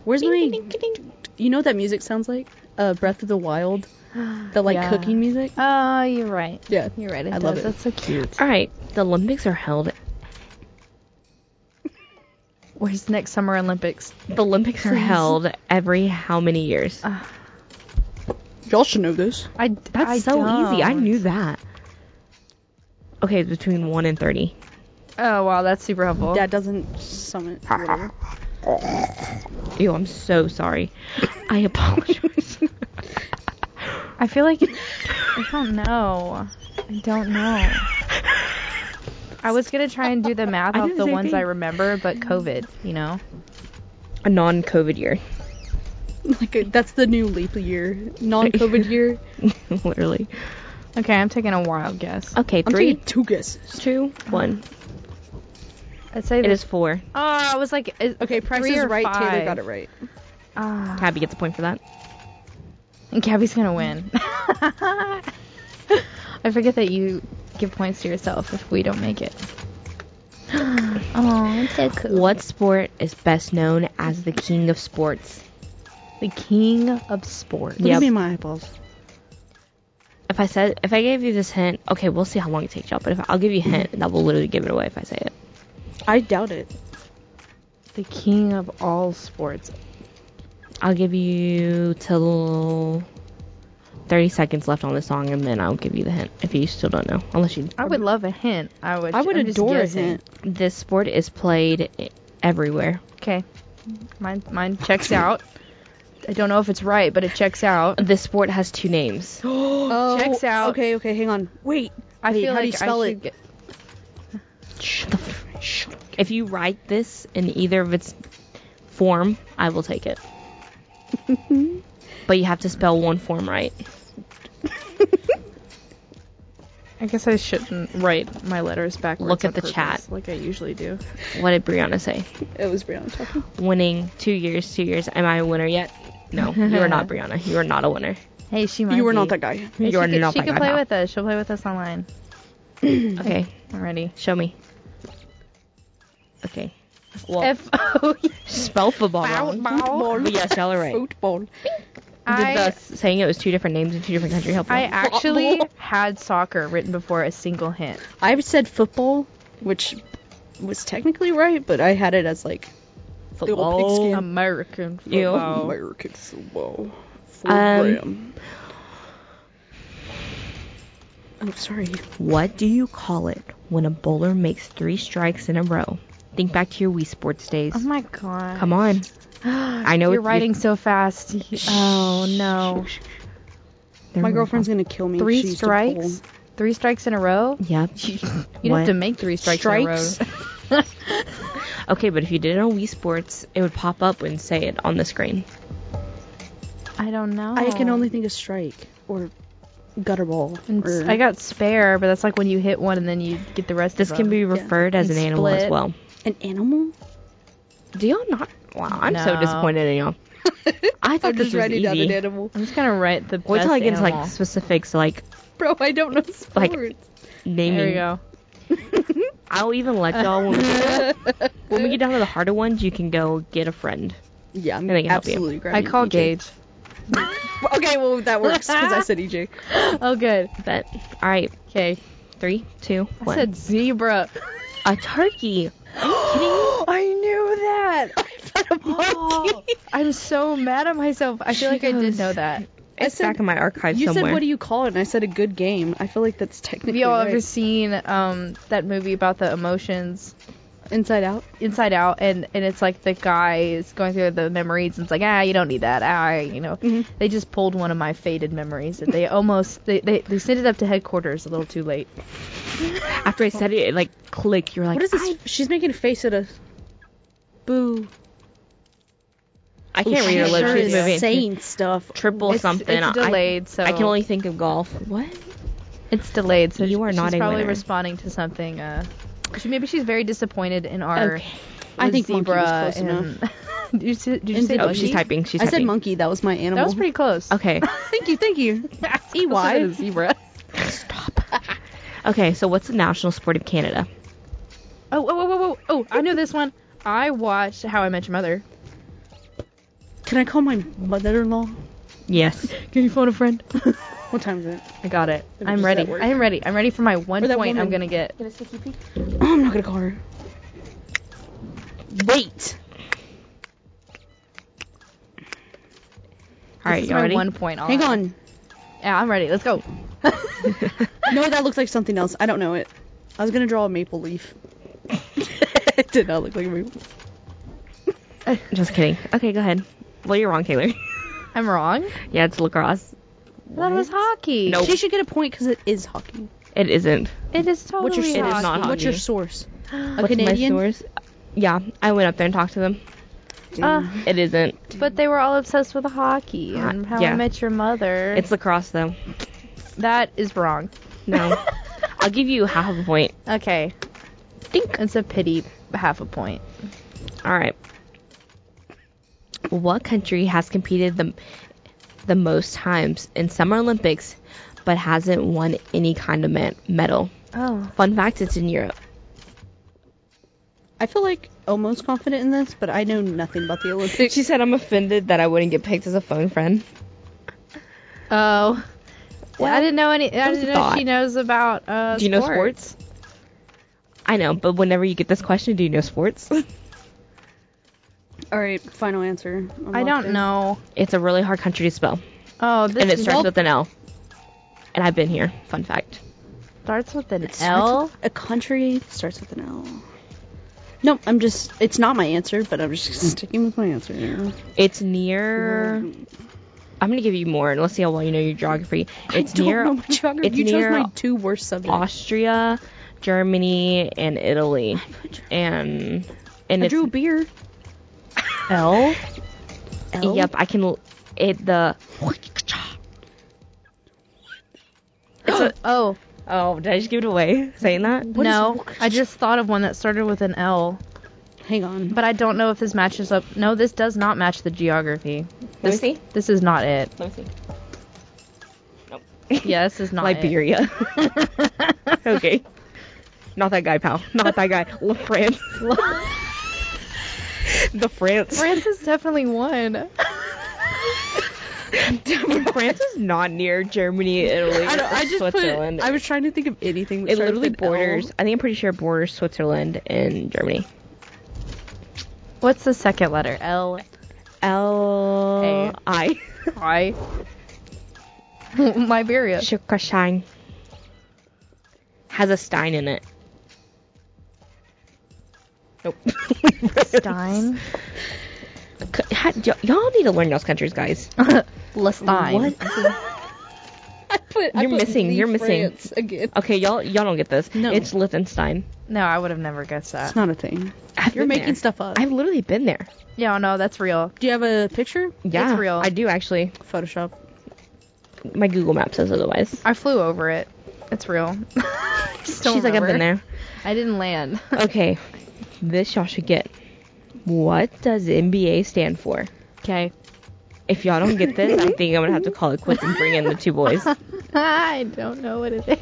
Where's
Ding,
my?
ding, ding, ding.
You know what that music sounds like? Uh, Breath of the Wild, the like
Yeah.
cooking music.
Oh, you're right.
Yeah,
You're right. It
I
does.
love it.
That's so cute.
All right. The Olympics are held.
Where's next summer Olympics?
The Olympics are held every how many years?
Y'all should know this.
I.
That's
I
so easy. I
don't.
knew that. Okay, it's between 1 and 30.
Oh wow, that's super helpful.
That doesn't sum it. whatever.
Ew, I'm
*laughs*
so sorry. I apologize.
I feel like I don't know. I don't know. I was gonna try and do the math
I
off
do the
the
same
ones I
thing.
remember, but COVID, you know.
A non COVID year.
*laughs*
*laughs*
like uh, that's the new leap year,
*laughs*
non-COVID year.
Literally.
Okay, I'm taking a wild guess.
Okay,
I'm
three,
taking two guesses.
two, one.
I'd say
It
this.
is four.
Oh, I was like, is,
Okay, Price
three
is
or
right. Taylor
five.
got it right.
Ah,
Tabby gets a point for that.
and Gabby's gonna win. *laughs* I forget that you give points to yourself if we don't make it. *gasps* oh, it's so cool.
What sport is best known as the king of sports?
The king of sports.
Yep.
Give me my eyeballs.
If I said, if I gave you this hint, okay, we'll see how long it takes y'all. But if I'll give you a hint, that will literally give it away if I say it.
I doubt it.
The king of all sports.
I'll give you till 30 seconds left on the song, and then I'll give you the hint if you still don't know. Unless you,
I would love a hint. I would.
I would
I'm just
adore a
guessing.
*gasps* hint.
this sport is played i- everywhere.
Okay. Mine mine checks out. I don't know if it's right, but it checks out.
This sport has two names.
Oh,
Checks out.
Okay, okay, hang on. Wait.
I
Wait,
feel
how
like
do you spell
I
it?
should get-
Shut the f- shut- If you write this in either of its form, I will take it. but you have to spell one form right.
I guess I shouldn't write my letters backwards.
Look at
on
the
purpose,
chat.
like I usually do.
What did Brianna say?
It was Brianna talking.
Winning two years, two years. Am I a winner yet? No, you
*laughs*
are not Brianna. You are not a winner.
Hey, she might.
You were
be.
not that guy.
Hey,
You are
she could,
not
She
that
could
guy
play
now.
with us. She'll play with us online.
Okay,
Already.
show me. Okay. Well,
F O.
spell football wrong.
Football.
*laughs*
But yes, y'all are right. Did
Football.
the
I
saying it was two different names in two different countries help?
I
you?
actually had soccer written before a single hint.
I said football, which was technically right, but I had it as like
Football.
pigskin.
American
Ew.
football.
American football. For
Um,
Graham. Oh, sorry.
What do you call it when a bowler makes three strikes in a row? Think back to your Wii Sports days.
Oh my god.
Come on. I know
You're
it-
writing so fast. Oh no.
They're
My
wrong.
girlfriend's gonna kill me. if
Three
she used to
strikes? Three strikes in a row?
Yep. *laughs*
You
What?
have to make three strikes,
Strikes?
in a row.
Okay, but if you did it on Wii Sports, it would pop up and say it on the screen.
I don't know.
bowl. I can only think of strike or gutter ball.
And s-
Or,
I got spare, but that's like when you hit one and then you get the rest
This
of
can
them.
be referred as an
And
animal as
split.
well.
an *laughs* animal.
Do y'all not? Wow, I'm so
No.
disappointed in y'all. I thought
I'm
this
just
was
writing down an
easy.
animal.
I'm just going to write the
Wait
best
till I get into
animal.
like specifics, like
Bro, I don't know *laughs*
Like-
sports.
naming.
There you go.
I'll even let y'all when we,
*laughs*
when we get down to the harder ones. You can go get a friend.
yeah, I'm
I think I help you.
absolutely grabbing
I call
EJ.
Gage.
*laughs* Okay, well that works because I said E *gasps* EJ.
Oh, good.
But all right,
Okay.
three, two,
I
one.
said zebra.
a turkey.
I knew that.
*laughs* I thought a monkey.
I'm so mad at myself. I feel like I did know that.
It's
said-
back in my archive
You
somewhere.
said, what do you call it? And I said, a good game. I feel like that's
Have
technically
y'all
right.
ever seen um that movie about the emotions?
Inside Out.
Inside Out, and and it's like the guy is going through the memories, and it's like ah, you don't need that, ah, you know.
Mhm.
They just pulled one of my faded memories that they almost they they, they sent it up to headquarters a little too late.
After I said it, it like clicked. You were like,
what is this?
I,
She's making a face at us. Boo.
I can't read
She
her lips.
sure
She's
is
moving.
saying
*laughs*
stuff.
Triple
It's-
something.
it's
I-
delayed, so-
I can only think of golf. What?
It's delayed, so
You
sh-
are
she's
not a
probably
winner.
responding to something. Uh, she, maybe she's very disappointed in our.
Okay. I think monkey was
zebra
close
and.
enough.
*laughs* did you, say- did you
And
say
zebra.
Oh, she's
monkey?
typing. She's
I
typing.
said monkey. That was my animal.
That was pretty close. *laughs*
Okay.
thank you, thank you.
E
EY.
zebra.
*laughs* Stop. okay, so what's the national sport of Canada?
*laughs* Oh, oh, oh, oh, oh, oh! I know this one. I watched How I Met Your Mother.
Can I call my mother-in-law?
*laughs*
Yes.
Can you phone a friend?
What time is it?
I got it.
It was
I'm
just
ready.
that word.
I am ready. I'm ready for my one
Or that
point. I'm
woman.
gonna get.
Oh, I'm not gonna call her. Wait.
All right,
this is
you
my
ready?
one point. All
Hang
I-
on.
Yeah, I'm ready. Let's *laughs* go.
No, that looks like something else. I don't know it. I was gonna draw a maple leaf. *laughs* it did not look like a maple.
*laughs* Just kidding. Okay, go ahead. Well, you're wrong, Taylor. *laughs*
I'm wrong. I
yeah, it's lacrosse.
thought it was hockey.
Nope.
She should get a point because it is hockey.
It isn't.
Oh, It is totally
What's your
It
source?
is
hockey.
not
What's your
hockey.
source?
*gasps*
A
What's
Canadian?
my source? Yeah, I went up there and talked to them.
Uh,
It isn't.
but they were all obsessed with hockey
Uh,
and How
yeah.
I Met Your Mother.
It's lacrosse, though.
that is wrong. *laughs*
No. *laughs* I'll give you half a point.
Okay. Think it's a pity. Half a point.
All right. What country has competed the the most times in Summer Olympics, but hasn't won any kind of med- medal?
Oh.
Fun fact: It's in Europe.
I feel like almost confident in this, but I know nothing about the Olympics. *laughs*
She said, "I'm offended that I wouldn't get picked as a phone friend."
Oh.
Well,
I didn't know any. I
was a
didn't know
thought.
she knows about. Uh,
Do you know sports? I know, but whenever you get this question, do you know sports? *laughs*
All right, final answer. I'm
I
locked
don't
in.
know.
it's a really hard country to spell,
Oh, this
and it starts
nope.
with an L. And I've been here. Fun fact.
starts with an
Starts
L.
with- A country starts with an L. No, I'm just. It's not my answer, but I'm just sticking with my answer.
Hmm. It's near.
Mm.
I'm gonna give you more, and let's see how well you know your geography. It's
I don't
near.
know my geography.
it's
you chose
near
my two worst subjects.
Austria, Germany, and Italy. And and
I
it's
drew a beer.
L.
L?
yep, I can l- it the
*gasps* oh
Oh, did I just give it away saying that?
is-
no! I just thought of one that started with an L,
Hang on.
but I don't know if this matches up. No, this does not match the geography.
Let me
This,
see.
this is not it.
Let me see. Nope.
Yeah, this is not it. *laughs*
*laughs*
Liberia. okay. Not that guy, pal. Not that guy. La France. the France. *laughs*
France is definitely one.
France is not near Germany, Italy,
I, don't, I just
Switzerland.
put. I was trying to think of anything. that
It
started
literally
with an L.
borders. I think I'm pretty sure it borders Switzerland and Germany.
What's the second letter? L.
L *laughs* I.
I. *laughs* Liberia.
Shukashang has a stein in it. Nope.
*laughs* Stein.
C- ha- y- y'all need to learn y'all's countries, guys.
Lestein.
What?
*laughs*
*laughs* I put. I
You're
put
missing,
the
you're missing.
France again.
Okay, y'all y'all don't get this.
No.
It's Liechtenstein.
No, I would have never guessed
It's
that.
not a thing.
I've
You're
been
making
there.
stuff up.
I've literally been there.
Yeah, no, that's real.
Do you have a picture?
Yeah,
It's real.
I do actually.
Photoshop.
My Google Map says otherwise.
I flew over it. It's real. *laughs* I just don't
She's like, I've been
remember.
there.
I didn't land.
Okay, this y'all should get. What does NBA stand for?
Okay.
If y'all don't get this, I think I'm gonna have to call it quits and bring in the two boys.
*laughs* *laughs* I don't know what it is.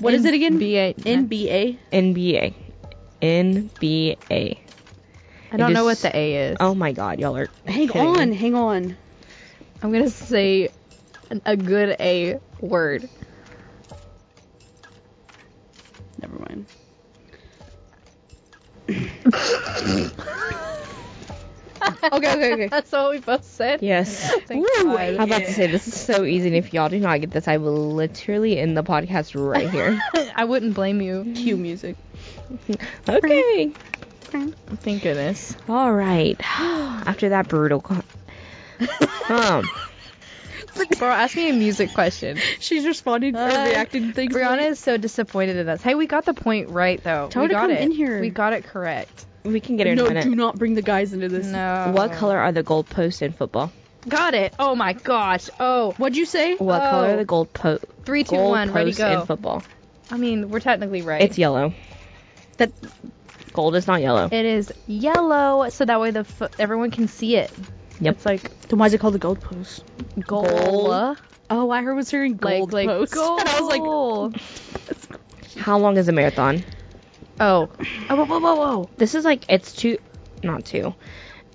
What is it again?
NBA.
NBA.
NBA. NBA.
I don't
It
know what
is-
the A is.
Oh my god, y'all are.
Hang
kidding me.
on. Hang on.
I'm gonna say an, a good A word.
Never mind. Okay, okay, okay.
*laughs* That's what we both said.
Yes.
Thank
Woo!
God.
I'm about to say this is so easy, and if y'all do not get this, I will literally end the podcast right
*laughs*
here.
*laughs*
*laughs*
I wouldn't blame you.
Cue music.
Hmm. okay.
Thank *laughs* goodness.
All right. *gasps* After that
*laughs*
brutal. Con- um.
Bro, ask me a music question.
*laughs* She's responding
Uh,
or reacting to things.
Brianna is so disappointed in us. Hey, we got the point right though.
Tell
we
her to
got
come
it.
in here.
We got it correct.
We can get her in
no,
a minute.
do not bring the guys into this.
No.
What color are the gold posts in football?
Got it. Oh my gosh. Oh,
What'd you say?
What
Oh.
color are the gold, po-
three, two,
gold
one. Ready,
posts in
go.
football?
I mean, we're technically right.
It's yellow.
That
Gold is not yellow.
It is yellow, so that way the fo- everyone can see it.
Yep.
It's like
then why is it called the gold post?
gold,
Gold.
Oh, I heard was hearing gold
like like *laughs*
post. *laughs*
gold.
And I was like,
oh,
How long is a marathon?
oh, whoa, whoa, whoa, whoa.
This is like it's two, not two.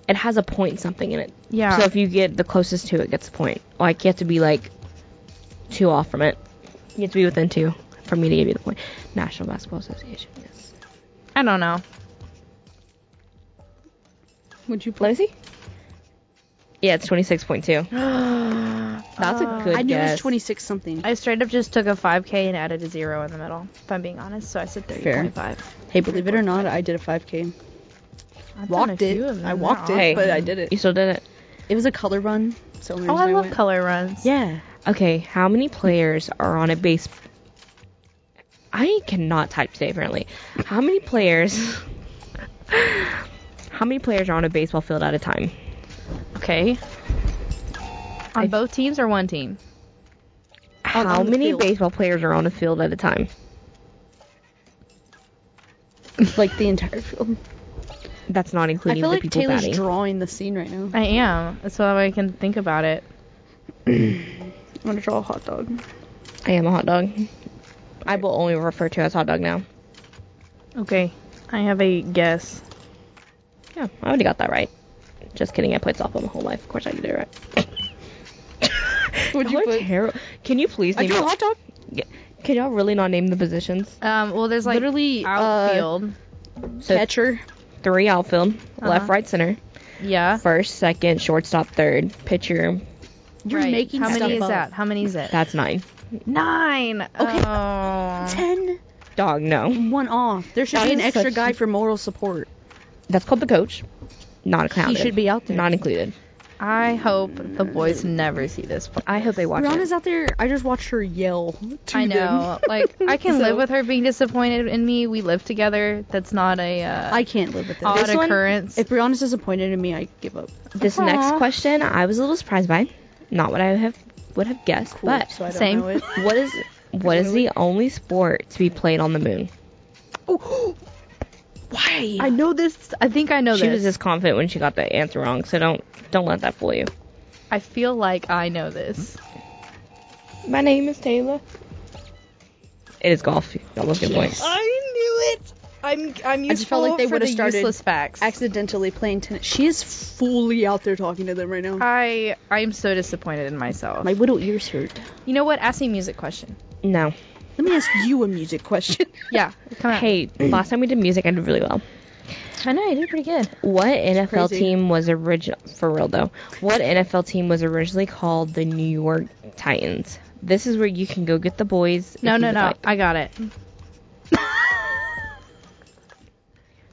It has a point something in it.
Yeah.
So if you get the closest to it, gets a point. Like you have to be like two off from it. You have to be within two for me to give you the point. National Basketball Association. Yes.
I don't know.
would you play?
Let me see. Yeah, it's twenty six point two. That's a good
I knew it
guess.
was 26 something.
Uh, I straight up just took a 5K and added a zero in the middle. If I'm being honest, so I said
Fair.
30.5.
Hey,
Believe it or not, I did a 5K.
I've done a
Walked
few of
it.
them.
I walked
They're
it,
Hey.
but I did it.
you still did it.
It was a color run. So
awesome. Oh, I love color runs.
Yeah.
Okay, how many players are on a base? I cannot type today apparently. How many players? *laughs* how many players are on a baseball field at a time?
Okay. On
I-
both teams or one team?
How
on the
many
field.
baseball players are on a field at a time?
*laughs* like the entire film.
That's not
I
including
feel
the
like
people
Taylor's
batting.
drawing the scene right now.
I am. That's how I can think about it.
I'm gonna draw a hot dog.
I am a hot dog. I will only refer to as hot dog now.
Okay. I have a guess.
Yeah, I already got that right. Just kidding, I played softball my whole life. Of course I can do it right. *laughs*
What'd you
Y'all are
put?
terrible. Can you please
I
name
drew a
all-
hot dog.
Yeah. Can y'all really not name the positions?
Um, well, there's like
Literally, uh,
outfield.
So
Catcher.
three outfield,
Uh-huh.
left, right, center.
yeah.
First, second, shortstop, third, pitcher.
You're
Right.
making
How
stuff
many is
up.
that? How many is it?
That's nine.
Nine. Okay. *laughs* Oh.
Ten.
Dog, no.
One off. There should
That
be an
is
extra
such-
guy for moral support.
That's called the coach. Not counted.
should be out there.
Not included.
I hope the boys never see this. Podcast.
I hope they watch
Rihanna's
it.
out there. I just watched her yell to
I know. *laughs*
*laughs* them.
like I can
So-
live with her being disappointed in me. We live together. That's not a uh,
I can't live with
odd
this.
This one-
occurrence.
If Brianna's disappointed in me, I give up.
This
Aw.
next question, I was a little surprised by. Not what I have would have guessed,
Cool.
but
so I don't
same.
know
*laughs*
it.
what is what is the only sport to be played on
*gasps*
the moon?
Oh, why?
I know this. I think I know
she
this.
was just confident when she got the answer wrong, so don't don't let that fool you.
I feel like I know this.
My name is Taylor. It is golf. That was a good point.
I knew it. I'm I'm useful
just felt like they
for
would've
the
started
useless facts.
accidentally playing tennis. She is fully out there talking to them right now.
I I'm so disappointed in myself.
My little ears hurt.
you know what? Ask me a music question.
No.
Let me ask you a
*laughs*
music question.
Yeah, come on.
Hey, last time we did music, I did really well.
I know you did pretty good.
What NFL
Crazy.
team was original for real though? What NFL team was originally called the New York Titans? This is where you can go get the boys. if
No,
you
no,
would
no.
like.
I got it.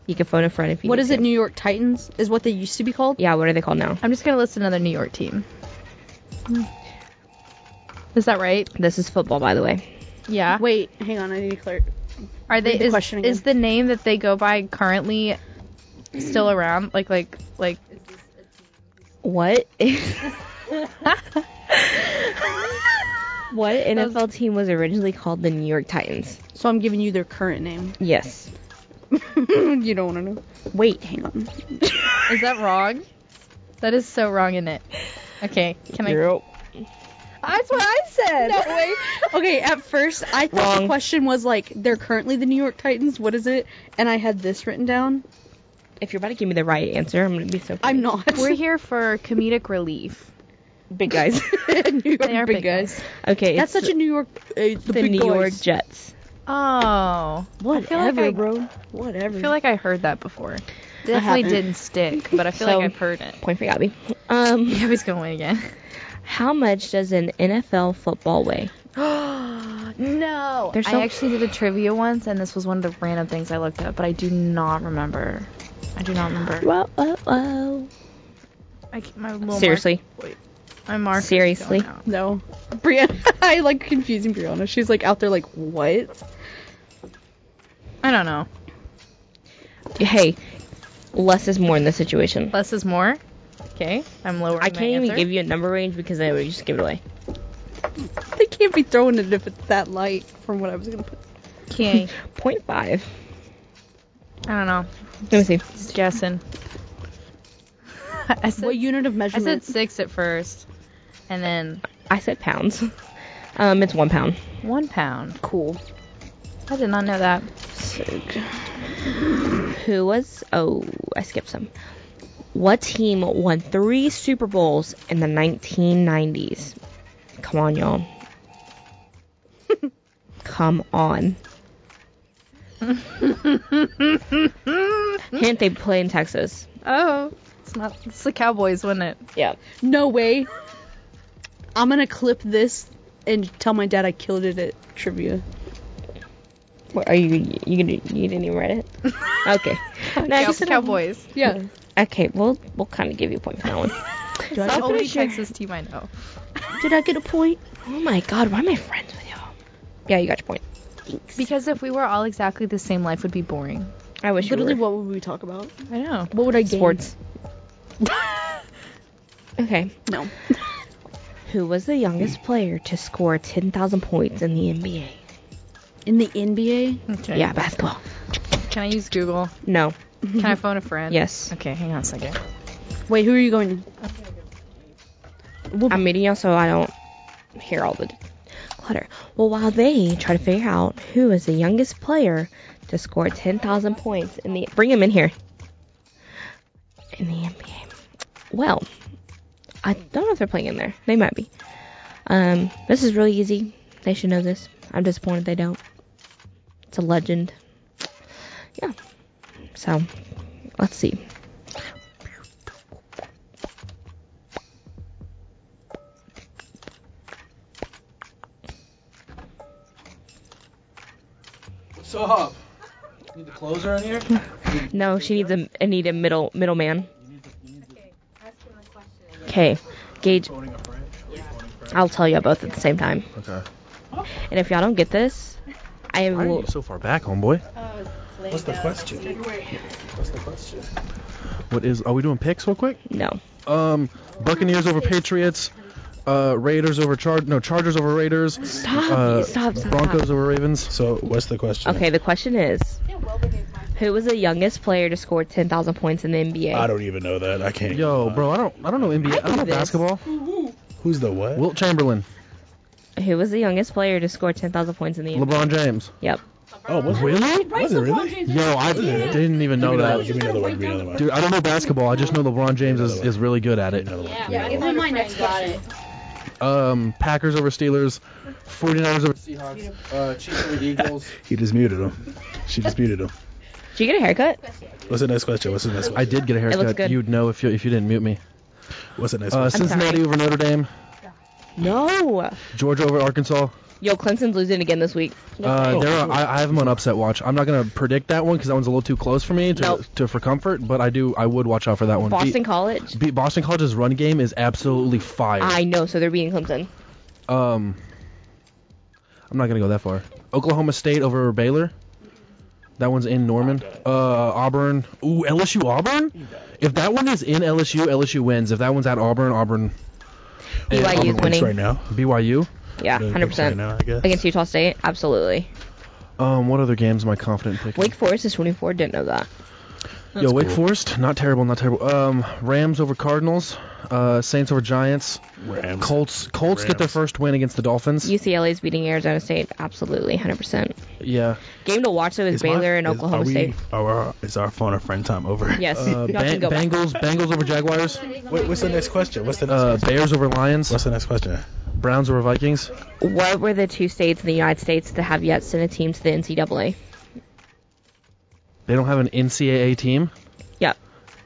You can phone a friend if you.
what
need
is it?
to.
New York Titans is what they used to be called.
yeah, what are they called now?
I'm just gonna list another New York team. Is that right?
This is football, by the way.
Yeah.
Wait, hang on. I need to clear.
Are they
read the
is,
question again.
is the name that they go by currently still around? Like like like
What?
*laughs* What?
*laughs* what NFL team was originally called the New York Titans?
So I'm giving you their current name. *laughs*
Yes.
you don't want to know. Wait, hang on.
Is that wrong? That is so wrong, isn't it? Okay, can I? That's what I
*laughs*
said. No way.
Okay, at first I thought the
Wrong.
question was like they're currently the New York Titans. What is it? And I had this written down.
If you're about to give me the right answer, I'm gonna be so.
I'm
*laughs*
not.
We're here for comedic relief.
big guys.
*laughs* New York
They are
big
big
guys.
okay.
That's
it's
such a New York. Uh, the
the
big
New
guys.
York Jets.
Oh, I feel like
Whatever,
I-
bro. Whatever.
I feel like I heard that before. Definitely
haven't.
didn't stick, but I feel
So-
like I've heard
*laughs*
it.
Point for Gabby. Um,
Gabby's gonna win again.
How much does an NFL football weigh?
*gasps* no.
There's so-
I actually did a trivia once, and this was one of the random things I looked up, but I do not remember. I do not remember.
Well, well, well.
I can't- my little
Seriously.
Mark, wait, my mark.
Seriously?
No. Brianna, *laughs* I like confusing Brianna. She's like out there like, what?
I don't know.
Hey, less is more in this situation.
Less is more. Okay, I'm lowering.
I can't even give you a number range because I would just give it away.
They can't be throwing it if it's that light from what I was going to put.
Okay.
Point 0.5.
I don't know.
Let me see.
Just guessing. *laughs* I said,
what unit of
I
measurement?
said six at first, and then
I said pounds. *laughs* Um, it's one pound.
one pound. Cool. I did not know that.
Who was? Oh, I skipped some. What team won three Super Bowls in the 1990s? Come on, y'all. *laughs* Come on. Hint: They play in Texas.
Oh, it's not. It's the Cowboys, wasn't it?
Yeah.
No way. I'm going to clip this and tell my dad I killed it at trivia.
What, are you you gonna- you didn't even read it? Okay. No, I
Cow-
guess I don't-
Cowboys.
Yeah.
Okay, we'll we'll kind of give you a point for that one.
It's
I
the
get
a
only
picture?
Texas team I know.
*laughs* Did I get a point?
Oh my God, why am I friends with y'all? Yeah, you got your point.
*laughs* Because if we were all exactly the same, life would be boring.
I wish
Literally,
you were.
what would we talk about?
I know.
What would I gain?
sports. Okay.
*laughs* No.
Who was the youngest player to score 10,000 points in the NBA?
In the NBA?
Okay.
Yeah, basketball.
Can I use Google?
No.
Can I phone a friend?
Yes.
Okay, hang on a second.
Wait, who are you going
I'm meeting y'all so I don't hear all the clutter. Well, while they try to figure out who is the youngest player to score 10,000 points in the bring him in here in the NBA. Well, I don't know if they're playing in there. They might be. Um, this is really easy. They should know this. I'm disappointed they don't. It's a legend. Yeah. So, let's see.
So Hub, need the closer in here?
No, she needs a I need a middle middleman. Okay, Gage,
Phoning a French. Are you phoning French?
I'll tell you both at the same time.
Okay.
And if y'all don't get this, I
Why are
will.
you so far back, homeboy? What's the question? What's the question? What is? Are we doing picks real quick?
No.
Um, Buccaneers over Patriots. Uh, Raiders over Char no Chargers over Raiders.
Stop!
Uh,
stop! Stop!
Broncos over Ravens. So what's the question?
Okay, the question is, who was the youngest player to score 10,000 points in the NBA?
I don't even know that. I can't.
Yo,
even-
bro, I don't I don't know NBA. I,
I
don't
do
know
this.
basketball.
Who's the what?
Wilt Chamberlain,
Who was the youngest player to score 10,000 points in the NBA?
LeBron James.
Yep.
oh, was it really? Was it really?
Yo, I didn't even know
Give me another one,
that.
Give me another one. Give me another one.
Oh, Dude, I don't know basketball. I just know LeBron James is, is really good at it.
Another one, give me
Yeah,
another
even my next question.
Um, Packers over Steelers, 49ers over Seahawks, uh, Chiefs
*laughs*
over Eagles.
one. He just muted him. She just muted him.
Did you get a haircut?
What's the next question? What's the next? Question?
I did get a
looks
haircut.
good.
You'd know if you if you didn't mute me.
What's the next?
Uh,
question?
Cincinnati over Notre Dame,
No.
Georgia over Arkansas.
Yo, Clemson's losing again this week.
Uh, there are, I, I have them on upset watch. I'm not gonna predict that one because that one's a little too close for me to,
Nope.
to for comfort. But I do I would watch out for that one.
Boston
Beat-
College.
beat Boston College's run game is absolutely fire.
I know, so they're beating Clemson.
Um, I'm not gonna go that far. Oklahoma State over Baylor. That one's in Norman. Uh, Auburn. Ooh, LSU Auburn. If that one is in LSU, LSU wins. If that one's at Auburn, Auburn.
Yeah,
BYU
Auburn
is
wins
winning.
right now.
BYU.
Yeah,
Another picks
100%.
Right now, I guess.
Against Utah State? Absolutely.
Um, what other games am I confident in picking?
Wake Forest is 24. Didn't know that.
Yo, Wake
cool.
Forest. Not terrible. Not terrible. Um, Rams over Cardinals. Uh, Saints over Giants.
Rams.
Colts. Colts get their
Rams.
first win against the Dolphins.
UCLA is beating Arizona State. Absolutely, 100%.
yeah.
Game to watch though is,
Is my-
Baylor and
is-
Oklahoma
are we-
State.
Are our, is our phone a friend time over?
Yes. *laughs*
Uh,
Y'all can
Ban-
go back.
Bengals. Bengals over Jaguars.
Wait, what's the next question? What's the next?
Uh,
question?
Bears over Lions.
What's the next question?
Browns over Vikings.
What were the two states in the United States that have yet sent a team to the NCAA?
They don't have an NCAA team.
Yep.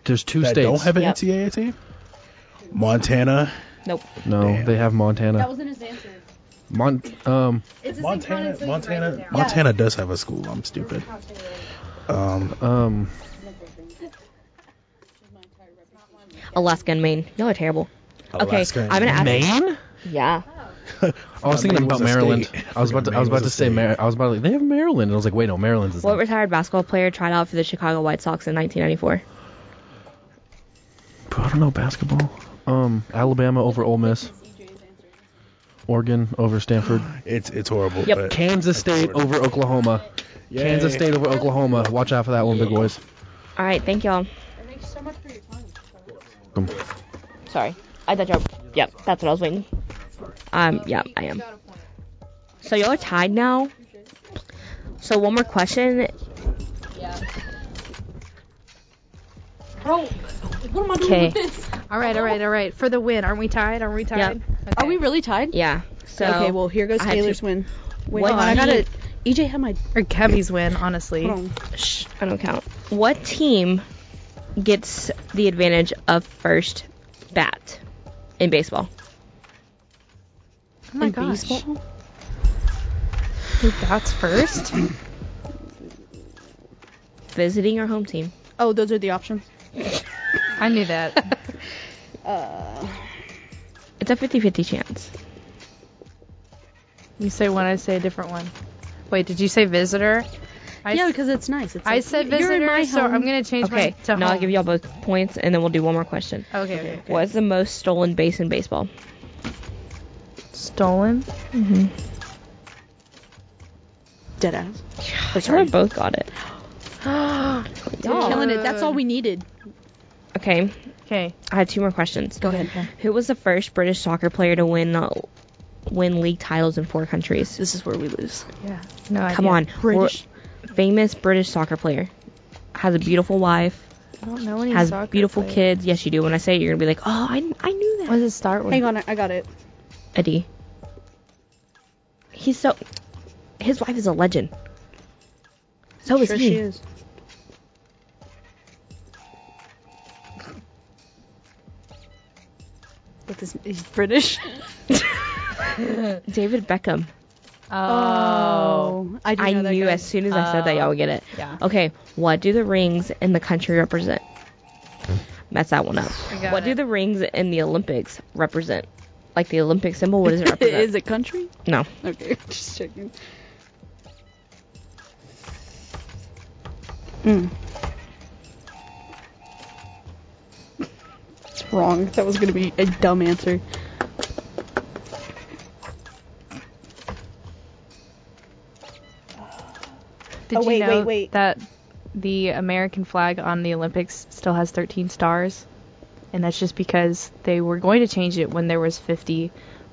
there's two
that
states.
don't have an
Yep.
NCAA team? Montana.
Nope.
no,
Damn.
they have
That
Montana.
wasn't his answer.
Mon- um,
It's his
Montana,
thing,
Montana,
Montana.
Montana does have a school. I'm stupid. Um,
um,
Alaska and Maine. Y'all are terrible.
Alaska
okay, I'm gonna ask.
Maine.
Yeah.
I was
Uh,
thinking
Maine
about
was a
Maryland.
*laughs* state.
I was about to. I was
Maine
about
was a
to say.
state.
Mar- I was about to. Like, they have Maryland, and I was like, wait, no, Maryland's. is
What
not-
retired basketball player tried out for the Chicago White Sox in 1994?
But I don't know basketball. Um, Alabama over Ole Miss.
E
Oregon over Stanford.
It's it's horrible.
Yep.
*sighs* But
Kansas State over Oklahoma.
Yay.
Kansas State over Oklahoma. Watch out for that one, big boys.
All right, thank y'all.
Thank you so much for your time.
Sorry, I thought y'all. Yep, that's what I was waiting. Um, yeah, I am. So y'all are tied now. So one more question.
Bro, what am I doing
Okay.
*laughs*
with this?
All right, all right, all right. For the win, aren't we tied? Aren't we tied?
Yep.
Are we really tied?
Yeah. So
okay, well here goes
I had
Taylor's
to-
win. Wait,
What
no, I gotta.
team-
EJ had my.
Or Gabby's win, honestly.
Hold on.
Shh, I don't count. What team gets the advantage of first bat in baseball?
Oh my
In
gosh.
baseball?
Who bats first?
Visiting or home team?
Oh, those are the options.
*laughs* I knew that.
It's a 50-50 chance.
You say one, I say a different one. Wait, did you say visitor? I
yeah,
s-
because it's nice. It's
I
like,
said
you're in my
visitor, so
home.
I'm gonna change my
Okay.
to
Now
home.
I'll give y'all both points, and then we'll do one more question.
Okay, okay. okay.
What's the most stolen base in baseball?
*gasps*
Stolen?
dead ass.
That's where we both got it.
Killing it. That's all we needed.
Okay,
Okay.
I had two more questions.
Go ahead.
Who was the first British soccer player to win uh, win league titles in four countries?
This is where we lose.
Yeah. No idea.
Come on,
British.
We're- famous British soccer player has a beautiful wife,
I don't know any
has
soccer
beautiful
players.
kids. Yes, you do. When I say it, you're gonna be like, oh, I, I knew
What
that.
does it start with?
Hang on, I- I got it.
Eddie. He's so. His wife is a legend. So is
sure
he.
she is. But this, he's British.
David Beckham.
Oh.
I, didn't
I
know that
knew
guy.
as soon as I said that y'all would get it.
Yeah.
Okay, what do the rings in the country represent? Mess that one up.
got
What do
it.
the rings in the Olympics represent? Like the Olympic symbol, what
*laughs*
does it represent?
is it country?
No.
Okay, *laughs* just checking. Mm. It's wrong. That was gonna be a dumb answer.
Did
Oh, wait,
you
wait,
know
wait.
that the American flag on the Olympics still has 13 stars? And that's just because they were going to change it when there was 50,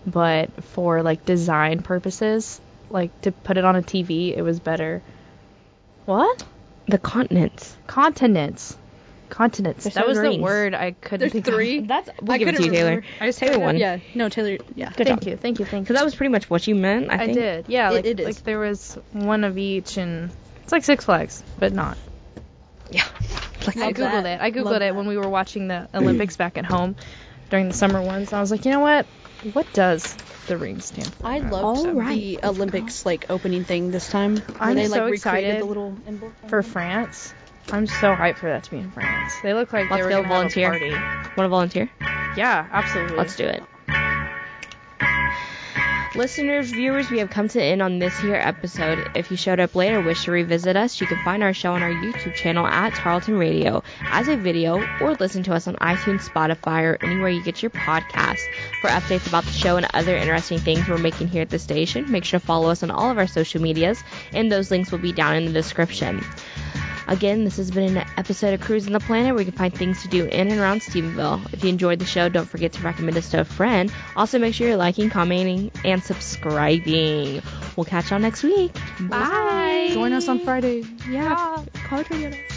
but for like design purposes, like to put it on a TV, it was better. What?
The continents.
Continents. Continents.
There's
that
no
was
rings.
the word I couldn't
There's
think of.
three?
That's we'll
I
give it to you,
couldn't
Taylor.
remember.
I just
Taylor
put it
won.
up.
Yeah.
Yeah. No, Taylor. Yeah.
Good
Thank
job.
you, thank you, thank you.
Because that was pretty much what you meant, I,
I,
think.
did. Yeah,
It-
like,
it is.
like there was one of each and it's like Six Flags, but not.
Yeah. Like,
I
Love
googled
that.
it. I googled
Love
it
that.
when we were watching the Olympics back at home during the summer ones. And I was like, you know what? What does the ring stand for?
I
All
loved
right.
the Olympics like opening thing this time. where
I'm
they, like,
so
recreated
excited.
The little envelope.
For France, I'm so hyped for that to be in France. They look like
Let's
they were
go
gonna
volunteer.
Have a party.
Want to volunteer?
Yeah, absolutely.
Let's do it. Listeners, viewers, we have come to the end on this here episode. If you showed up late or wish to revisit us, you can find our show on our YouTube channel at Tarleton Radio as a video or listen to us on iTunes, Spotify, or anywhere you get your podcasts. For updates about the show and other interesting things we're making here at the station, make sure to follow us on all of our social medias, and those links will be down in the description. Again, this has been an episode of Cruising the Planet where you can find things to do in and around Stephenville. If you enjoyed the show, don't forget to recommend us to a friend. Also, make sure you're liking, commenting, and subscribing. We'll catch y'all next week. Bye.
Join us on Friday.
Yeah. Call Toyota.